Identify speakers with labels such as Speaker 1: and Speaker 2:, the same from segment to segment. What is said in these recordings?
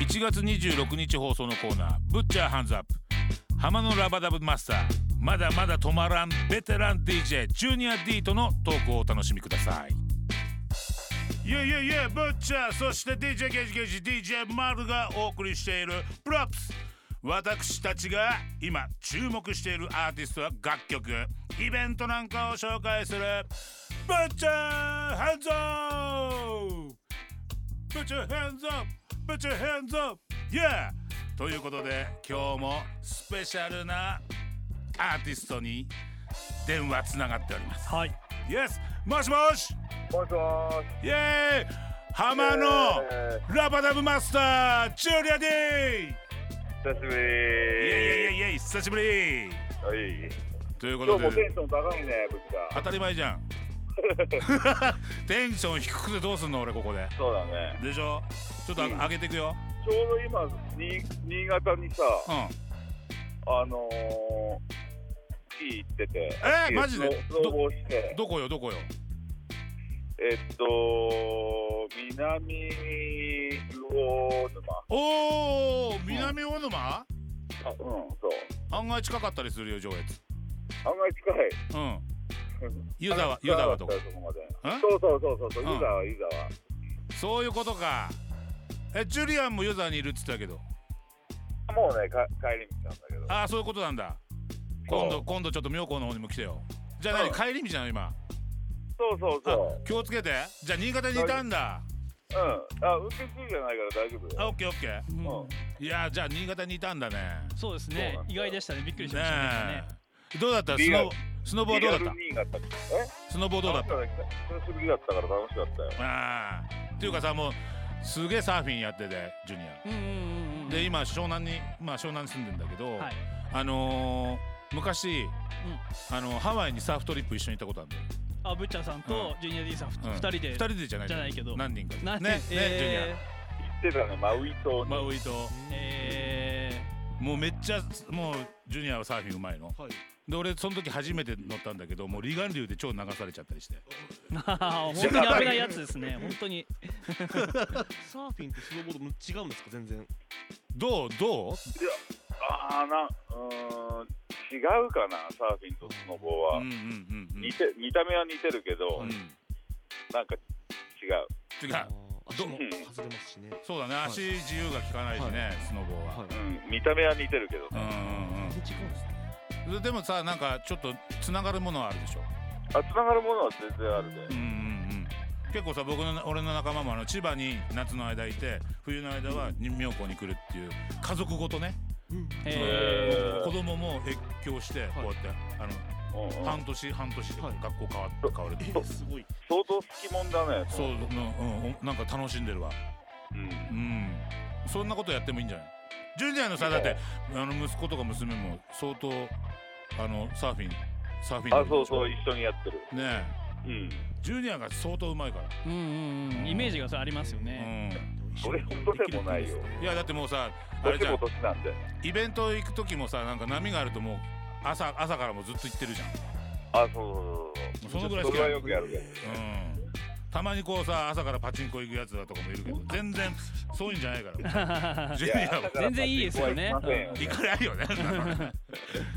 Speaker 1: 1月26日放送のコーナー「ぶっちゃハンズアップ」浜のラバダブマスターまだまだ止まらんベテラン DJ ジュニア D とのトークをお楽しみください。いやいやいやブッチャーそして DJ ゲージゲージ DJ マルがお送りしているプロップス私たちが今注目しているアーティストや楽曲イベントなんかを紹介するブッチャーハンズオブッチャーハンズオブッチャーハンズオ Yeah! ということで今日もスペシャルなアーティストに電話つながっております
Speaker 2: はい。
Speaker 1: Yes! もしもし
Speaker 3: もしもーし。
Speaker 1: イエーイ浜の
Speaker 3: え
Speaker 1: ラバダブマスタージュリアディ
Speaker 3: ー久しぶ
Speaker 1: イ
Speaker 3: り
Speaker 1: エイイエイイエイ久しぶり
Speaker 3: はい。
Speaker 1: というこ
Speaker 3: 今
Speaker 1: と
Speaker 3: 日もテ
Speaker 1: で
Speaker 3: ンション高いね、ブチ
Speaker 1: 当
Speaker 3: が。
Speaker 1: たり前じゃん テンション低くてどうすんの俺ここで
Speaker 3: そうだね。
Speaker 1: でしょちょっとあ上げていくよ
Speaker 3: ちょうど今、に新潟にさ、
Speaker 1: うん
Speaker 3: あのー、スキー行ってて。
Speaker 1: えーマジで
Speaker 3: スノスノボして。
Speaker 1: どこよどこよ
Speaker 3: えっと、南魚沼。
Speaker 1: おー南魚沼、
Speaker 3: あ、うん、そう。
Speaker 1: 案外近かったりするよ上越
Speaker 3: 案外近い。
Speaker 1: うん湯沢湯沢とか
Speaker 3: 近ったそこまで
Speaker 1: ん
Speaker 3: そうそうそうそうそう、
Speaker 1: うん
Speaker 3: 湯沢、湯沢。
Speaker 1: そういうことかえジュリアンも湯沢にいるっつってたけど
Speaker 3: もうね、か帰り道なんだけど。
Speaker 1: ああそういうことなんだ今度今度ちょっと妙高の方にも来てよじゃあ何、
Speaker 3: うん
Speaker 1: 帰り道なの今
Speaker 3: そうそう
Speaker 1: あ
Speaker 3: そう。
Speaker 1: 気をつけてじゃあ新潟にいたんだ
Speaker 3: うん、あ運転中じゃないから大丈夫だ
Speaker 1: あ
Speaker 3: よ。
Speaker 1: オッケーオッケー
Speaker 2: うん
Speaker 3: うん
Speaker 1: いやーじゃあ新潟にいたんだね
Speaker 2: そうです
Speaker 3: そう
Speaker 2: ね
Speaker 3: なん。だ
Speaker 2: 意外でしたね。びっくりしましたね。
Speaker 1: ねえどうだったス
Speaker 3: リア
Speaker 1: ノ
Speaker 3: ル
Speaker 1: スノボはどうだっ
Speaker 3: リア
Speaker 1: た
Speaker 3: ル新潟え
Speaker 1: スノボどうだった
Speaker 3: なんかね久しぶりだったから楽しかったよ。
Speaker 1: あーっていうかさもうすげえサーフィンやっててジュニ
Speaker 2: うんうんうん
Speaker 1: ア
Speaker 2: うん。
Speaker 1: で今湘南にまあ湘南に住んでんだけど、
Speaker 2: はい。
Speaker 1: あのー昔、あのハワイにサーフトリップ一緒に行ったことあるんだよ
Speaker 2: あ、ぶっちゃんさんとジュニア D さんふ
Speaker 1: うん
Speaker 2: 二人で。
Speaker 1: 二人でじゃない
Speaker 2: じゃないけど
Speaker 1: 何人かで
Speaker 2: なん
Speaker 1: ねね、ジュニ
Speaker 2: え
Speaker 3: 行ってたねマウイ島
Speaker 1: ア
Speaker 3: に。
Speaker 1: マウイ島
Speaker 2: ーえ
Speaker 1: もうめっちゃもうジュニアはサーフィンうまいの、で俺その時初めて乗ったんだけどもう離岸流で超流されちゃったりして
Speaker 2: ー 本当に危ないやつで すね。本当に。
Speaker 4: サーフィンとスノーボードも違うんですか全然
Speaker 1: どうどう
Speaker 3: ああなうーん違うかなサーフィンとスノボは。
Speaker 1: うんうんうんうん
Speaker 3: 似て見た目は似てるけど、
Speaker 1: うん
Speaker 3: なんか違う。
Speaker 1: 違う
Speaker 4: あー足も
Speaker 3: ど
Speaker 4: 外れますしね
Speaker 1: そうだね
Speaker 4: はい
Speaker 1: 足自由が利かないしね、
Speaker 4: は
Speaker 1: スノボーは、
Speaker 4: は
Speaker 3: う
Speaker 4: い
Speaker 3: ん見た目は似てるけど。
Speaker 1: うんうん
Speaker 4: 全然違うんですね
Speaker 1: うんででもさなんかちょっとつながるものはあるでしょ
Speaker 3: あつながるものは全然ある
Speaker 1: う
Speaker 3: で。
Speaker 1: んうんうん結構さ僕の俺の仲間もあの千葉に夏の間いて冬の間はに妙高に来るっていう家族ごとね、
Speaker 4: うん
Speaker 2: え
Speaker 3: へー
Speaker 1: 子供も越境してこうやって、あの
Speaker 3: うんうん、
Speaker 1: 半年半年で
Speaker 4: はい
Speaker 1: 学校変わっ変わるって
Speaker 4: え
Speaker 1: いう
Speaker 4: ーすごい
Speaker 3: 相当好きもんだね。
Speaker 1: そう、うんうんお、なんか楽しんでるわ
Speaker 3: うん
Speaker 1: うんそんなことやってもいいんじゃないジュニアのさだってあの息子とか娘も相当あのサーフィンサーフィン
Speaker 3: あそうそう
Speaker 1: ね
Speaker 3: 一緒にやってる。
Speaker 1: え
Speaker 3: うん。
Speaker 1: ジュニアが相当うまいから
Speaker 2: ー。うんうんうん。イメージがそれありますよ
Speaker 1: う
Speaker 2: ね。
Speaker 1: ん
Speaker 3: 俺ほどでもないよ。
Speaker 1: いやだってもうさあれじ
Speaker 3: 年
Speaker 1: ゃん
Speaker 3: も年なんで。
Speaker 1: イベント行く時もさなんか波があるともう朝朝からもうずっと行ってるじゃんも
Speaker 3: あそうそうそ
Speaker 1: うその
Speaker 3: うそう。
Speaker 1: ぐらい
Speaker 3: そ
Speaker 1: 好き
Speaker 3: れ
Speaker 1: な
Speaker 3: は
Speaker 1: の
Speaker 3: よくやるけど。
Speaker 1: うんたまにこうさ朝からパチンコ行くやつだとかもいるけど全然そういうんじゃない からジュニアも
Speaker 2: 全然いいですよね
Speaker 1: いくらある よね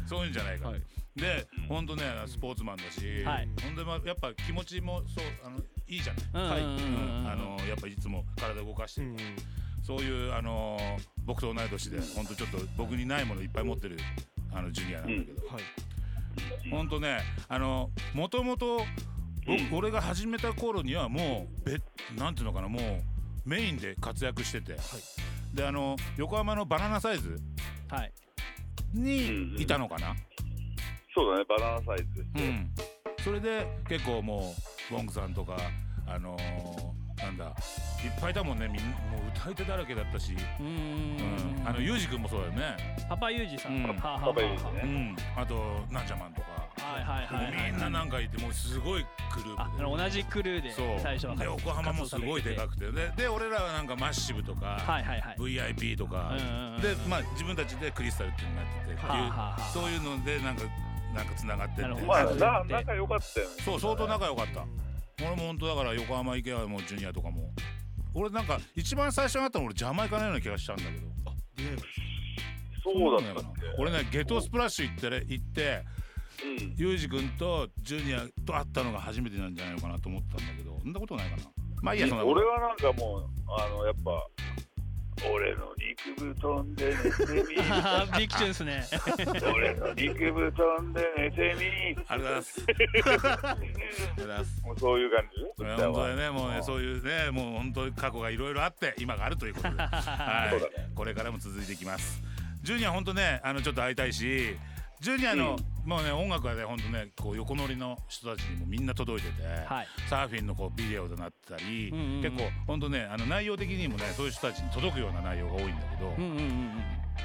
Speaker 1: そういうんじゃないから、
Speaker 4: はい
Speaker 1: でほんとねスポーツマンだし、
Speaker 2: はい
Speaker 1: ほんでまあやっぱ気持ちもそうあのいいじゃない、
Speaker 2: うんうんうんうん
Speaker 1: あのやっぱいつも体動かして
Speaker 4: う
Speaker 1: る、
Speaker 4: ん
Speaker 1: そういうあの僕と同い年でほんとちょっと僕にないものいっぱい持ってるあのジュニアなんだけど、
Speaker 4: はい
Speaker 1: ほんとねあのもともと
Speaker 3: うん
Speaker 1: 俺が始めた頃にはもうべなんていうのかなもうメインで活躍してて、であの横浜のバナナサイズ
Speaker 2: はい。
Speaker 1: にいたのかな、
Speaker 3: そうだね、バナナサイズで
Speaker 1: う
Speaker 3: すよ。
Speaker 1: ん、それで結構もうウォングさんとかあのーなんだいっぱいだもんねみんもう歌い手だらけだったし、
Speaker 2: うんうん
Speaker 1: うん、あのユージ君もそうだよね
Speaker 2: パパユージさ
Speaker 1: うん
Speaker 2: ん。はあはあはあ
Speaker 3: パパユージね
Speaker 1: うんあとなんちゃまんとか、
Speaker 2: はいはいはいはい。
Speaker 1: みんななんかいてもうすごいグループで
Speaker 2: ああの同じクルーで
Speaker 1: そう
Speaker 2: 最初は
Speaker 1: で横浜もすごいでか
Speaker 2: く
Speaker 1: くてでで俺らはなんかマッシブとか、
Speaker 2: はいはいはい
Speaker 1: VIP とか、
Speaker 2: うんうんうん
Speaker 1: でまあ自分たちでクリスタルっていうのになっててっていう、
Speaker 2: はあはあはあ
Speaker 1: そういうのでなんかなんかつながってって
Speaker 2: なるほど
Speaker 3: まあ
Speaker 2: そう
Speaker 3: な仲良かったよね
Speaker 1: そう相当仲良かった俺も本当だから横浜池谷もジュニアとかも俺なんか一番最初に会ったの俺ジャマイカのような気がしたんだけど
Speaker 4: 出会いが
Speaker 3: そうだったっ
Speaker 1: 俺ねゲトスプラッシュ行ってね行って
Speaker 3: けうん
Speaker 1: ユージ君とジュニアと会ったのが初めてなんじゃないのかなと思ったんだけどそんなことないかなまあいいやそんなこと
Speaker 3: 俺はなんかもうあのやっぱ俺の肉布団で寝て
Speaker 2: あ ービクチュンですね
Speaker 3: み 俺の肉布団で寝てみ
Speaker 1: ありがとうございますありがとうございます
Speaker 3: もうそういう感
Speaker 1: こ
Speaker 3: じ
Speaker 1: れ本当にねもう
Speaker 3: う
Speaker 1: ね
Speaker 3: ん
Speaker 1: そういうねもう本当に過去がいろいろあって今があるということで、は
Speaker 3: そうだ
Speaker 1: い、これからも続いていきますジュニア本当ねあのちょっと会いたいしジュニアの、もうね音楽はね本当ねこう横乗りの人たちにもみんな届いてて、
Speaker 2: はい
Speaker 1: サーフィンのこうビデオとなったり、
Speaker 2: うんうんうん
Speaker 1: 結構本当ねあの内容的にもねそういう人たちに届くような内容が多いんだけど、
Speaker 2: うんうんうんうん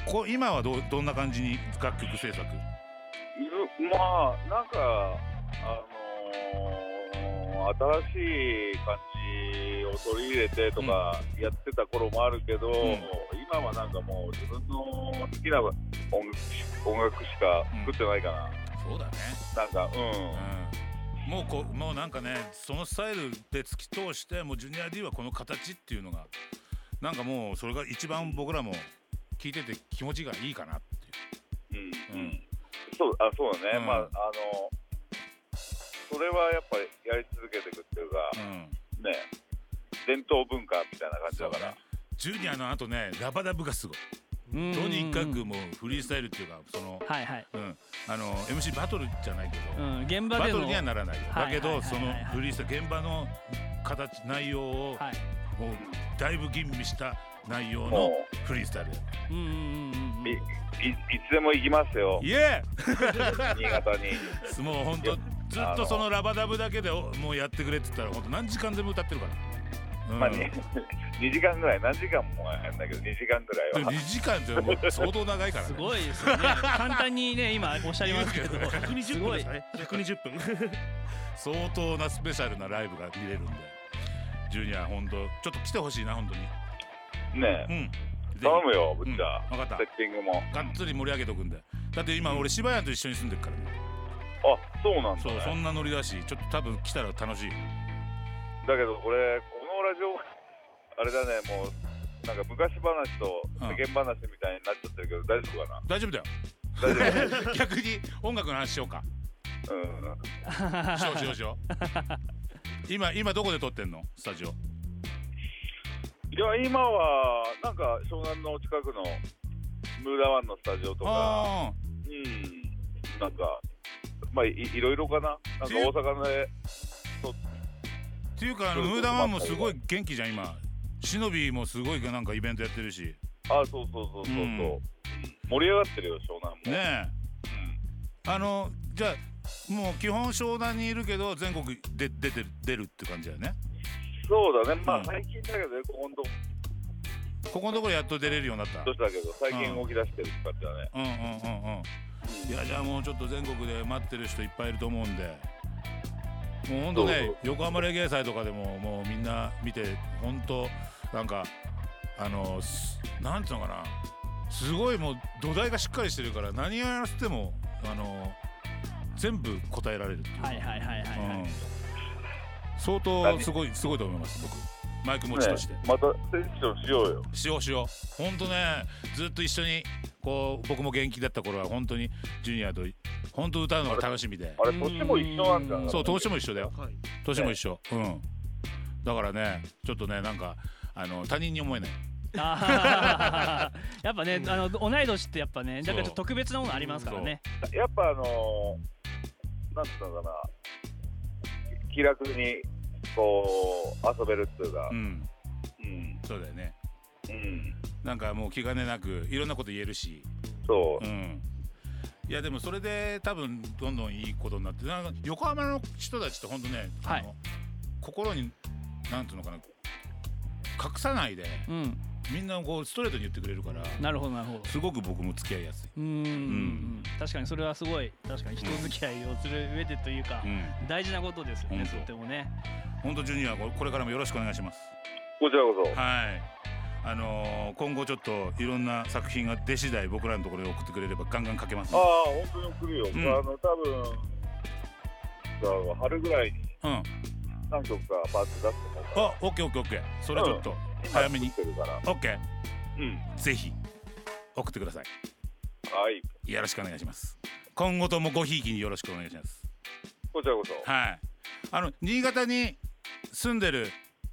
Speaker 1: こう今はどうどんな感じに楽曲制作
Speaker 3: いるまあなんかあのー新しい感じを取り入れてとかやってた頃もあるけど、今はなんかもう自分の好きな音楽し音楽しか作ってないかな、
Speaker 1: そうだね
Speaker 3: なんかうん
Speaker 1: うんもうこうもうなんかねそのスタイルで突き通してもうジュニア D はこの形っていうのがなんかもうそれが一番僕らも聞いてて気持ちがいいかなって
Speaker 3: う
Speaker 1: いう、
Speaker 3: んうん、そうあそうだね、
Speaker 1: うん
Speaker 3: まああのそれはやっぱりやり続けていくっていうか、
Speaker 1: うんうん、
Speaker 3: ね伝統文化みたいな感じだか
Speaker 1: そう
Speaker 3: ら
Speaker 1: ねジュニアの後ねラバダブがすごい
Speaker 2: うん
Speaker 1: とにかく
Speaker 2: うん
Speaker 1: もうフリースタイルっていうかその、
Speaker 2: はいはい、
Speaker 1: うん、あの MC バトルじゃないけ
Speaker 2: う
Speaker 1: ど、
Speaker 2: ん、現場
Speaker 1: バ
Speaker 2: で
Speaker 1: ト
Speaker 2: の
Speaker 1: ルにはならないよ、
Speaker 2: はい
Speaker 1: だけ
Speaker 2: は
Speaker 1: ど
Speaker 2: いはい
Speaker 1: その
Speaker 2: はいはい
Speaker 1: フリースタイル現場の形内容を、
Speaker 2: はい
Speaker 1: もうだいぶ吟味した内容の
Speaker 3: も
Speaker 1: フリースタイル
Speaker 2: うんうんうんうんうん
Speaker 3: いいいつでも行きますよ
Speaker 1: イエーイ
Speaker 3: 新潟に
Speaker 1: もう本当
Speaker 3: い
Speaker 1: ずっとそのラバダブだけでおもうやってくれって言ったら本当何時間でも歌ってるから、うん
Speaker 3: まあ、ね 2時間ぐらい何時間もやんだけど2時間ぐらいは
Speaker 1: 2時間ってもう相当長いからね
Speaker 2: すごいですよね簡単にね今おっしゃりますけどす
Speaker 4: 120分
Speaker 2: ご
Speaker 4: で
Speaker 2: い
Speaker 4: すかね120分
Speaker 1: 相当なスペシャルなライブが見れるんでジュニア本当ちょっと来てほしいな本当に
Speaker 3: ね
Speaker 1: うん
Speaker 3: 頼むよぶ
Speaker 1: う
Speaker 3: っ
Speaker 1: ん
Speaker 3: ちゃ、
Speaker 1: 分かった
Speaker 3: セッティングも
Speaker 1: がっつり盛り上げとくんでだって今俺柴谷と一緒に住んでるからね
Speaker 3: あそうなんだ、
Speaker 1: そうそ
Speaker 3: ね、
Speaker 1: んなノリだしちょっと多分来たら楽 しい
Speaker 3: だけどこれこのラジオ あれだねもうなんか昔話と世間話みたいになっちゃってるけど、大丈夫 かな
Speaker 1: 大丈夫だよ
Speaker 3: 大丈夫
Speaker 1: 逆に音楽の話しようか
Speaker 3: うん
Speaker 1: しようしようしよ う今今どこで撮ってんのスタジオ
Speaker 3: いや今はなんか湘南の近くのムーラワンのスタジオとか
Speaker 1: ああ
Speaker 3: うんなんかまあいいろいろかななんか大阪で
Speaker 1: っていうかあのムーダンワンもすごい元気じゃん今しのびもすごいなんかイベントやってるし
Speaker 3: あそうそうそうそうそう、
Speaker 1: うん
Speaker 3: 盛り上がってるよ湘南も
Speaker 1: ねえあのじゃあもう基本湘南にいるけど全国で出てる出るって感じだよね
Speaker 3: そうだねま
Speaker 1: うん
Speaker 3: あ最近だけどねここのとこ
Speaker 1: ここのところやっと出れるようになった
Speaker 3: 年だけど最
Speaker 1: う
Speaker 3: 近
Speaker 1: ん
Speaker 3: 動き出してるって感じだね
Speaker 1: うんうんうんうんいやじゃあもうちょっと全国で待ってる人いっぱいいると思うんでもうほんと
Speaker 3: ど
Speaker 1: ね
Speaker 3: うぞ
Speaker 1: 横浜レゲエ祭とかでももうみんな見てほんとなんかあのすなんつうのかなすごいもう土台がしっかりしてるから何やらせてもあの全部答えられるっていうか
Speaker 2: はいはいはいはいはい、
Speaker 1: うん相当すごいすごいと思います僕マイク持ちとして。
Speaker 3: ねまたセッションしようよ
Speaker 1: しようしようほんとねずっと一緒にこう僕も元気だった頃は本当にジュニアと本当歌うのが楽しみで
Speaker 3: あれ年も一緒なんだ
Speaker 2: うん
Speaker 1: そう
Speaker 3: 年
Speaker 1: 年も一緒だよ
Speaker 4: はい
Speaker 1: 年も一緒、うんだからねちょっとねなんかあの他人に思えない
Speaker 2: あー やっぱね、あの同い年ってやっぱねだからちょっと特別なものありますからね
Speaker 3: やっぱあのー、なんつうのかな気楽にこう遊べるっていうか
Speaker 1: うん
Speaker 3: うん
Speaker 1: そうだよね
Speaker 3: うん
Speaker 1: なんかもう気兼ねなくいろんなこと言えるし
Speaker 3: そうう、
Speaker 1: んいやでもそれで多分どんどんいいことになってなんか横浜の人たちってほんとね、あの
Speaker 2: はい
Speaker 1: 心になんていうのかな隠さないで
Speaker 2: うん
Speaker 1: みんなこうストレートに言ってくれるから
Speaker 2: なるほどなるほど
Speaker 1: すごく僕も付き合いやすい。
Speaker 2: うーんうん確かにそれはすごい確かに人付き合いをする上でというか
Speaker 1: うん、
Speaker 2: 大事なことですよ
Speaker 1: う
Speaker 2: ね
Speaker 1: ん
Speaker 2: とってもね
Speaker 1: 本当ジュニアここれからもよろしくお願いします。
Speaker 3: こちらこそ。
Speaker 1: はい。あのー今後ちょっといろんな作品が出次第僕らのところに送ってくれればガンガン書けます。
Speaker 3: ああ、本当に送るよ。
Speaker 1: うん
Speaker 3: あの、多分あの春ぐらいに
Speaker 1: うん。あ、
Speaker 3: 何曲かパーツ出してもらうから
Speaker 1: オッケーオッケーオッケー。それちょっと早めに。
Speaker 3: 今作ってるから。
Speaker 1: オッケー。
Speaker 3: うん。
Speaker 1: ぜひ送ってください。
Speaker 3: はい。
Speaker 1: よろしくお願いします。今後ともごひいきによろしくお願いします。
Speaker 3: こちらこそ。
Speaker 1: はい。あの新潟に住んでる、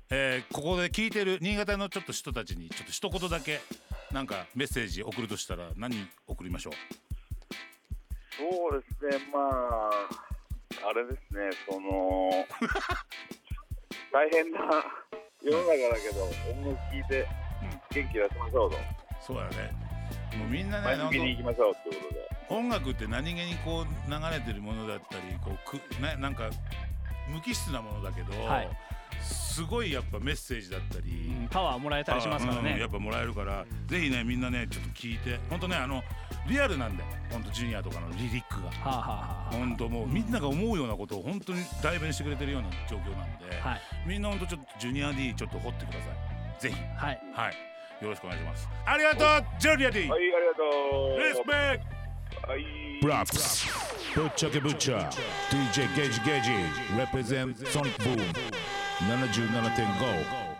Speaker 1: えーここで聞いてる新潟のちょっと人たちにちょっと一言だけなんかメッセージ送るとしたら何送りましょう。
Speaker 3: そうですね、まあ、あれですね、そ の、大変な世の中だけど、音楽聴いて元気出しましょうと、
Speaker 1: そうだね。もうみんなね、
Speaker 3: 前
Speaker 1: な
Speaker 3: 向
Speaker 1: ん
Speaker 3: き
Speaker 1: か
Speaker 3: に行きましょうってことで、
Speaker 1: 音楽って何気にこう流れてるものだったりこうくななんか無機質なものだけど、
Speaker 2: はい
Speaker 1: すごいやっぱメッセージだったり、
Speaker 2: うんパワーもらえたりしますから
Speaker 1: うんや
Speaker 2: ね
Speaker 1: っぱもらえるからぜひねみんなねちょっと聞いて本当ねあのリアルなんで本当ジュニアとかのリリックが
Speaker 2: はあはあは
Speaker 1: 本当もうみんなが思うようなことを本当に代弁してくれてるような状況なんで、
Speaker 2: あはい
Speaker 1: みんな本当ちょっとジュニア D ちょっと掘ってくださいぜひ
Speaker 2: はい
Speaker 1: はいよろしくお願いしますありがとうジュニア D リ
Speaker 3: はい、あり
Speaker 1: ス
Speaker 3: がと
Speaker 1: ペクト
Speaker 3: う。はい
Speaker 5: ブラックスぶっちゃけぶっちゃ DJ ゲージゲージ represent Sonic Boom 77.5